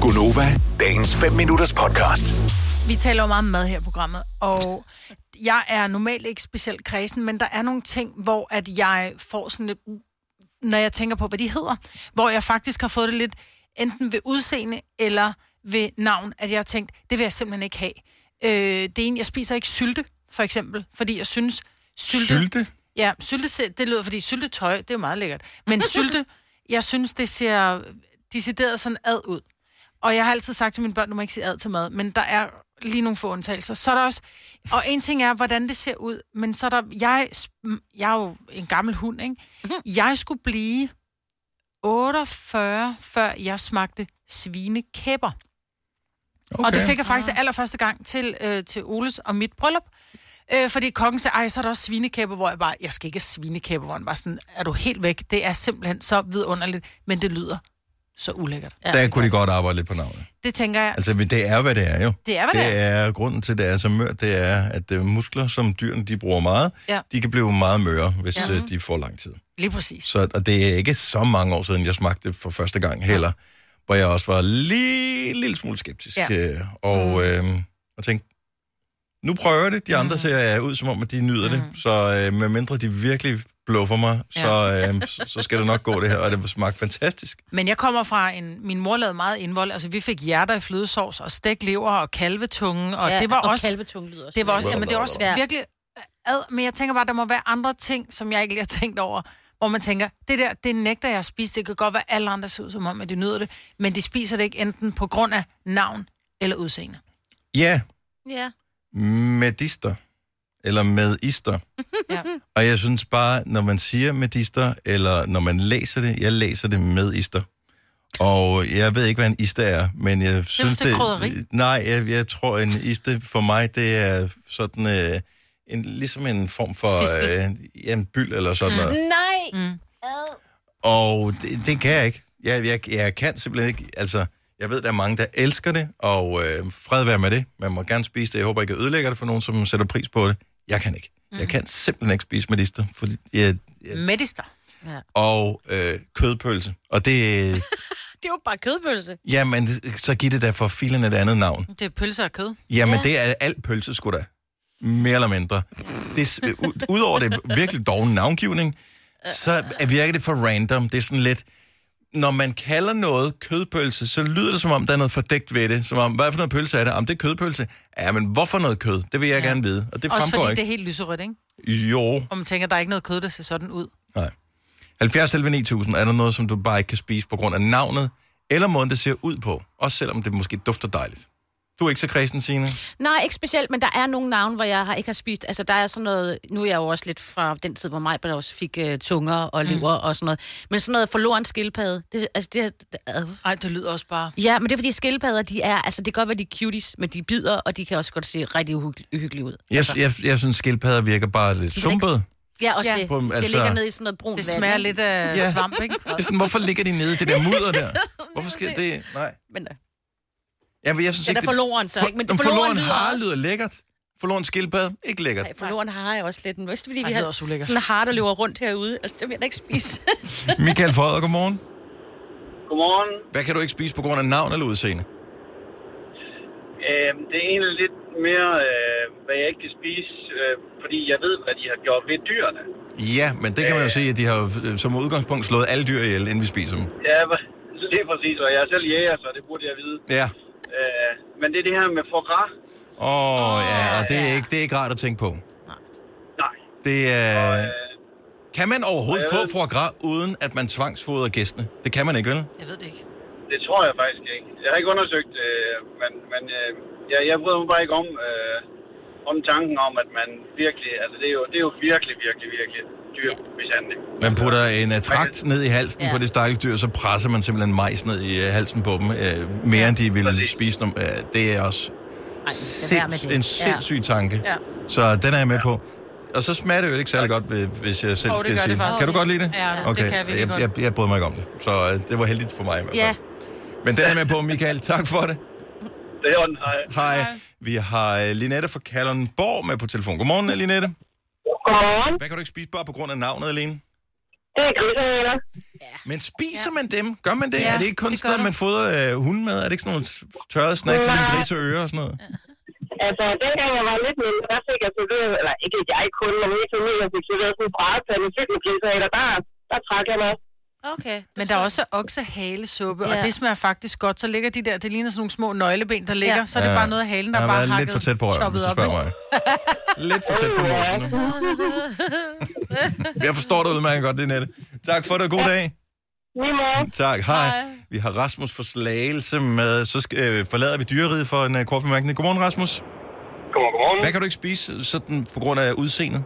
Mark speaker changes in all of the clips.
Speaker 1: Gunova, dagens 5 minutters podcast.
Speaker 2: Vi taler jo meget om mad her i programmet, og jeg er normalt ikke specielt kredsen, men der er nogle ting, hvor at jeg får sådan lidt, når jeg tænker på, hvad de hedder, hvor jeg faktisk har fået det lidt, enten ved udseende eller ved navn, at jeg har tænkt, det vil jeg simpelthen ikke have. Øh, det er en, jeg spiser ikke sylte, for eksempel, fordi jeg synes, sylte...
Speaker 3: Sylte?
Speaker 2: Ja, sylte, det lyder, fordi syltetøj, det er jo meget lækkert. Men sylte, jeg synes, det ser decideret sådan ad ud. Og jeg har altid sagt til mine børn, du må ikke sige ad til mad, men der er lige nogle få undtagelser. Så er der også, og en ting er, hvordan det ser ud, men så er der, jeg, sp- jeg er jo en gammel hund, ikke? Jeg skulle blive 48, før jeg smagte svinekæber. Okay. Og det fik jeg faktisk allerførste gang til, øh, til Oles og mit bryllup. Øh, fordi kongen sagde, ej, så er der også svinekæber, hvor jeg bare, jeg skal ikke have svinekæber, hvor han var sådan, er du helt væk? Det er simpelthen så vidunderligt, men det lyder så ulækkert. Ja.
Speaker 3: Der kunne de godt arbejde lidt på navnet.
Speaker 2: Det tænker jeg.
Speaker 3: Altså, men det er, hvad det er jo.
Speaker 2: Det er, hvad det
Speaker 3: det er. grunden til, at det er så mørt, det er, at øh, muskler, som dyrene de bruger meget,
Speaker 2: Ja.
Speaker 3: de kan blive meget møre, hvis ja. de får lang tid.
Speaker 2: Lige præcis.
Speaker 3: Så, og det er ikke så mange år siden, jeg smagte det for første gang heller, hvor jeg også var lige lille smule skeptisk.
Speaker 2: Ja. Mm.
Speaker 3: øh, Og, øh, og tænkte, nu prøver jeg det. De andre ser øh, ud som om, at de nyder det. Så øh, medmindre de virkelig bluffer mig,
Speaker 2: Mm. Ja.
Speaker 3: så, øh, så- så skal det nok gå det her. Og det smagte fantastisk.
Speaker 2: Men jeg kommer fra en... Min mor lavede meget indvold. Altså, vi fik hjerter i flødesovs og stegt lever og kalvetunge, og ja, det var
Speaker 4: og
Speaker 2: også...
Speaker 4: kalvetung lyder også.
Speaker 2: Det var også,
Speaker 3: Wow,
Speaker 2: jamen, det er
Speaker 3: wow,
Speaker 2: også
Speaker 4: wow.
Speaker 2: virkelig ad, men jeg tænker bare, der må være andre ting, som jeg ikke lige har tænkt over, hvor man tænker, det der, det nægter jeg at spise. Det kan godt være, at alle andre ser ud som om, at de nyder det, men de spiser det ikke enten på grund af navn eller udseende.
Speaker 3: Ja,
Speaker 4: Ja.
Speaker 3: medister. Eller med ister.
Speaker 2: Ja.
Speaker 3: Og jeg synes bare, når man siger medister, eller når man læser det, jeg læser det med ister. Og jeg ved ikke, hvad en iste er, men jeg synes
Speaker 2: det er krydderi.
Speaker 3: Nej, jeg, jeg tror, en iste for mig, det er sådan øh, en, ligesom en form for
Speaker 2: Fistel.
Speaker 3: øh, ja, en byld eller sådan noget.
Speaker 4: Nej.
Speaker 2: Mm.
Speaker 3: Og det, det kan jeg ikke. Jeg, jeg, jeg kan simpelthen ikke. Altså, jeg ved, der er mange, der elsker det, og øh, fred være med det. Man må gerne spise det. Jeg håber ikke, jeg ødelægger det for nogen, som sætter pris på det. Jeg kan ikke. Jeg kan simpelthen ikke spise medister. Fordi, jeg, jeg,
Speaker 2: Medister.
Speaker 3: og øh, kødpølse. Og det...
Speaker 4: Det er jo bare kødpølse.
Speaker 3: Jamen, det- så giv det da for filen et andet navn.
Speaker 2: Det er pølser og kød.
Speaker 3: Jamen, ja. det er alt pølse, sgu da. Mere eller mindre. Det, er s- øh, u- udover det virkelig dogne navngivning, så er- virker det for random. Det er sådan lidt... Når man kalder noget kødpølse, så lyder det som om, der er noget fordækt ved det. Som om, hvad for noget pølse er det? Om det er kødpølse? Ja, men hvorfor noget kød? Det vil jeg ja. gerne vide. Og det
Speaker 2: Også
Speaker 3: fremgår
Speaker 2: fordi
Speaker 3: ikke.
Speaker 2: det er helt lyserødt, ikke?
Speaker 3: Det... Jo.
Speaker 2: Og man tænker, der er ikke noget kød, der ser sådan ud.
Speaker 3: 70 11 9000, er der noget, som du bare ikke kan spise på grund af navnet, eller måden, det ser ud på? Også selvom det måske dufter dejligt. Du er ikke så kredsen, Signe?
Speaker 4: Nej, ikke specielt, men der er nogle navne, hvor jeg har ikke har spist. Altså, der er sådan noget... Nu er jeg jo også lidt fra den tid, hvor mig bare også fik uh, tunger og lever mm. og sådan noget. Men sådan noget forloren skildpadde. Det, altså, det, det,
Speaker 2: Ej, det lyder også bare...
Speaker 4: ja, men det er fordi skildpadder, de er... Altså, det kan godt være, de er cuties, men de bider, og de kan også godt se rigtig uhygg- uhyggelige ud.
Speaker 3: Jeg, jeg, jeg synes, skildpadder virker bare lidt sumpet.
Speaker 4: Ja, også
Speaker 2: Ja.
Speaker 4: ja. det.
Speaker 3: På-
Speaker 4: På, altså,
Speaker 3: altså-
Speaker 4: det ligger nede i sådan noget brun
Speaker 2: Det
Speaker 4: vand,
Speaker 2: smager
Speaker 4: ikke?
Speaker 2: lidt af
Speaker 3: Ja.
Speaker 2: ja. svamp, ikke?
Speaker 3: Det er sådan, hvorfor ligger de nede i det der mudder der? Hvorfor sker det? Nej.
Speaker 4: Men, øh,
Speaker 3: Jamen, jeg synes
Speaker 4: den
Speaker 3: ikke,
Speaker 4: er forloren så, ikke? Men det
Speaker 3: Jamen, forloren
Speaker 4: lyder
Speaker 3: har
Speaker 4: også-
Speaker 3: lyder lækkert. Forloren skildpadde, ikke lækkert.
Speaker 4: Nej, forloren har jeg også lidt. Men også fordi
Speaker 2: Ej,
Speaker 4: vi
Speaker 2: det
Speaker 4: har
Speaker 2: er også ulækkert.
Speaker 4: sådan en har, der løber rundt herude. Altså, det vil jeg da ikke spise.
Speaker 3: Michael Fodder, godmorgen.
Speaker 5: Godmorgen.
Speaker 3: Hvad kan du ikke spise på grund af navn eller udseende?
Speaker 5: Øhm, det er egentlig lidt mere, øh, hvad jeg ikke kan spise, øh, fordi jeg ved, hvad de har gjort ved dyrene.
Speaker 3: Ja, men det kan man jo sige, at de har jo, øh, som udgangspunkt slået alle dyr ihjel, inden vi spiser dem.
Speaker 5: Ja, det er præcis, og jeg er selv jæger, så det burde jeg vide.
Speaker 3: Ja.
Speaker 5: Øh, men det er det her med foie gras.
Speaker 3: Åh, oh, ja, og det er, ikke, det er ikke rart at tænke på.
Speaker 5: Nej.
Speaker 3: Det
Speaker 5: Og,
Speaker 3: er...
Speaker 5: øh,
Speaker 3: Kan man overhovedet
Speaker 5: og jeg
Speaker 3: få
Speaker 5: ved-
Speaker 3: foie gras, uden at man tvangsfoder gæstene? Det kan man ikke, vel?
Speaker 2: Jeg ved det ikke.
Speaker 5: det tror jeg faktisk ikke. Jeg har ikke undersøgt, øh, men, men øh, jeg, jeg bryder mig bare ikke om, øh, om tanken om, at man virkelig, altså det er jo, det er jo virkelig, virkelig, virkelig dyr mishandling.
Speaker 3: Man putter en øh, trakt ned i halsen ja.
Speaker 4: Ja.
Speaker 3: på det stakkels dyr, så presser man simpelthen majs ned i øh, halsen på dem, øh, mere end de ville
Speaker 5: Præcis.
Speaker 3: spise dem. Øh, det er også
Speaker 4: lad være med
Speaker 3: sinds-
Speaker 4: det.
Speaker 3: en
Speaker 4: Ja.
Speaker 3: sindssyg tanke.
Speaker 2: Ja.
Speaker 3: Så den er jeg med på. Og så smager det jo ikke særlig godt, øh, hvis jeg selv
Speaker 2: Åh, det
Speaker 3: skal
Speaker 2: gør det
Speaker 3: sige.
Speaker 2: faktisk.
Speaker 3: Kan du godt lide det?
Speaker 2: Ja, det
Speaker 3: okay.
Speaker 2: kan jeg virkelig
Speaker 3: jeg,
Speaker 2: godt.
Speaker 3: jeg, jeg bryder mig ikke om det, så øh, det var heldigt for mig i hvert fald.
Speaker 4: ja,
Speaker 3: Men den er jeg med på, Michael. Tak for det.
Speaker 5: Det er ondt, nej.
Speaker 3: Hej.
Speaker 2: Hej.
Speaker 3: Vi har øh, Linette fra Kalundborg med på telefon. Godmorgen, Linette.
Speaker 6: Godmorgen.
Speaker 3: Hvad kan du ikke spise bare på grund af navnet alene?
Speaker 6: Det er grisehaler.
Speaker 3: Men spiser man dem? Gør man det?
Speaker 2: Ja,
Speaker 3: er det ikke kun
Speaker 2: det gør
Speaker 3: sådan,
Speaker 2: du.
Speaker 3: man fodrer øh, hunden med? Er det ikke sådan nogle tørrede snacks, sådan
Speaker 6: Nej.
Speaker 3: grise og ører og sådan noget?
Speaker 6: Altså, dengang jeg var lidt mindre, der fik jeg serveret, eller ikke jeg kun, men min familie fik serveret sådan en brædepande fyldt med grisehaler. Der, der trak jeg mig.
Speaker 4: Okay.
Speaker 2: Men der er også oksehalesuppe, ja.
Speaker 4: Ja.
Speaker 2: og det smager faktisk godt. Så ligger de der, det ligner sådan nogle små nøgleben, der ligger. Ja. Så er det
Speaker 3: Ja.
Speaker 2: bare noget af halen, der
Speaker 3: Jeg
Speaker 2: ja,
Speaker 3: har
Speaker 2: bare er
Speaker 3: været
Speaker 2: hakket
Speaker 3: lidt for tæt på røven, hvis
Speaker 2: choppet
Speaker 3: du
Speaker 2: op,
Speaker 3: spørger
Speaker 2: ikke?
Speaker 3: mig. lidt for tæt på mosen. Jeg forstår dig udmærket godt, det Nette. Tak for det, og god dag.
Speaker 6: Lige måde.
Speaker 3: Tak, hej.
Speaker 2: Hej.
Speaker 3: Vi har Rasmus for Slagelse med. Så skal, øh, forlader vi dyreriet for en øh, kort bemærkning. Godmorgen, Rasmus.
Speaker 5: Godmorgen, godmorgen.
Speaker 3: Hvad kan du ikke spise øh, sådan på grund af udseendet?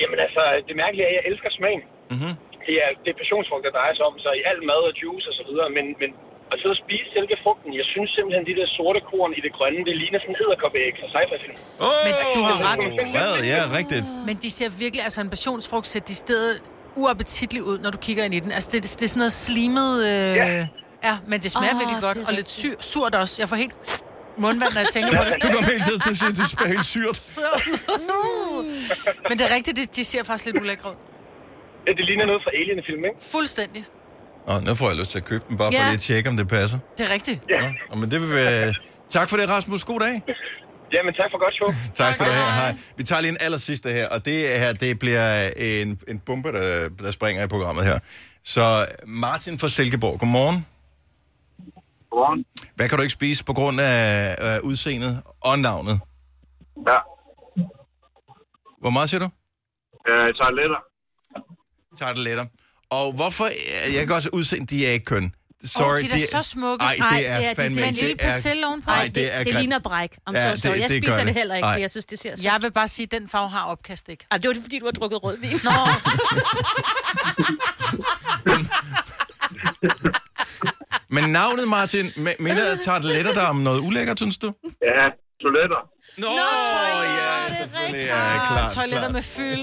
Speaker 5: Jamen altså, det mærkelige er, at jeg elsker smagen.
Speaker 3: Mhm.
Speaker 5: Det er, det er passionsfrugt, der drejer sig om, så i alt mad og juice og så videre, men, men at sidde og spise selve frugten, jeg synes simpelthen, de der sorte korn i det grønne, det ligner sådan en edderkoppeæg fra sci-fi-film.
Speaker 3: Åh,
Speaker 2: Men du har ret.
Speaker 3: Hvad? Ja, rigtigt.
Speaker 2: Men de ser virkelig, altså en passionsfrugt ser de stedet uappetitligt ud, når du kigger ind i den. Altså det, det, det er sådan noget slimet... Øh, ja. ja. men det smager
Speaker 4: Åh,
Speaker 2: oh, virkelig godt,
Speaker 4: det er
Speaker 2: og lidt syr, surt også. Jeg får helt mundvand, når jeg tænker på det.
Speaker 3: Du kom hele tiden til at sige, at det smager helt syrt.
Speaker 2: Men det er rigtigt, det, de ser faktisk lidt ulækre ud.
Speaker 5: Ja, det ligner noget fra Alien-film, ikke?
Speaker 2: Fuldstændig.
Speaker 3: Nå, nu får jeg lyst til at købe den, bare for
Speaker 2: Ja.
Speaker 3: lige at tjekke, om det passer.
Speaker 2: Det er rigtigt.
Speaker 3: Ja. Nå, men det vil være... Tak for det, Rasmus. God dag.
Speaker 5: Jamen tak for godt show.
Speaker 3: Tak skal du have. Hej. Vi tager lige en aller sidste her, og det her, det bliver en, en bombe, der, der springer i programmet her. Så Martin fra Silkeborg, godmorgen.
Speaker 5: Godmorgen.
Speaker 3: Hvad kan du ikke spise på grund af øh, udseendet og navnet?
Speaker 5: Ja.
Speaker 3: Hvor meget siger du?
Speaker 5: Øh, toiletter.
Speaker 3: Tarteletter. Og hvorfor, øh, jeg kan også udseende, de er ikke køn. Sorry,
Speaker 2: Åh, de er da så smukke.
Speaker 3: Nej,
Speaker 4: Ej,
Speaker 3: det er
Speaker 4: det er de
Speaker 3: fandme
Speaker 4: med en
Speaker 3: ikke-
Speaker 2: lille
Speaker 3: det er-
Speaker 2: persille ovenpå.
Speaker 3: Ej,
Speaker 2: Ej,
Speaker 3: det,
Speaker 4: det,
Speaker 3: er
Speaker 4: det
Speaker 3: grimt.
Speaker 4: ligner bræk. Om
Speaker 3: Ja,
Speaker 4: ja,
Speaker 3: det-
Speaker 4: så, så. Jeg
Speaker 3: det gør
Speaker 4: spiser
Speaker 3: det.
Speaker 4: det, det heller ikke,
Speaker 3: Ej.
Speaker 4: for jeg synes, det ser så...
Speaker 2: Jeg vil bare sige, at den farve har opkast ikke.
Speaker 4: Ej, det var det, fordi du har drukket rødvin.
Speaker 2: Nå,
Speaker 3: Men navnet, Martin, mi- minder tarteletter der er om noget ulækkert, synes du?
Speaker 5: Ja, toiletter.
Speaker 3: Nå,
Speaker 2: toiletter, det er
Speaker 3: selvfølgelig.
Speaker 2: rigtigt. Ah,
Speaker 3: Ja,
Speaker 4: Ah,
Speaker 3: klart,
Speaker 2: toiletter
Speaker 3: klart.
Speaker 2: med fyld.